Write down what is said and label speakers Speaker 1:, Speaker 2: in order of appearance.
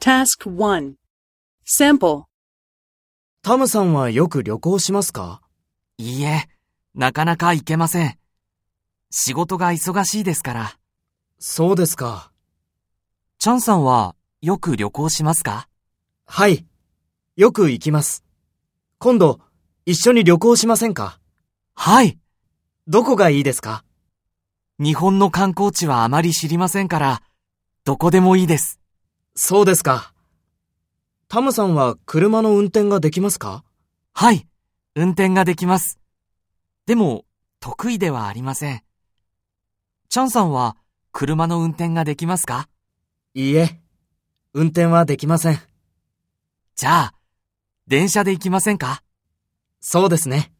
Speaker 1: Task 1. Sample.
Speaker 2: タムさんはよく旅行しますか
Speaker 3: いいえ、なかなか行けません。仕事が忙しいですから。
Speaker 2: そうですか。
Speaker 3: チャンさんはよく旅行しますか
Speaker 2: はい。よく行きます。今度、一緒に旅行しませんか
Speaker 3: はい。
Speaker 2: どこがいいですか
Speaker 3: 日本の観光地はあまり知りませんから、どこでもいいです。
Speaker 2: そうですか。タムさんは車の運転ができますか
Speaker 3: はい。運転ができます。でも、得意ではありません。チャンさんは車の運転ができますか
Speaker 2: いいえ。運転はできません。
Speaker 3: じゃあ、電車で行きませんか
Speaker 2: そうですね。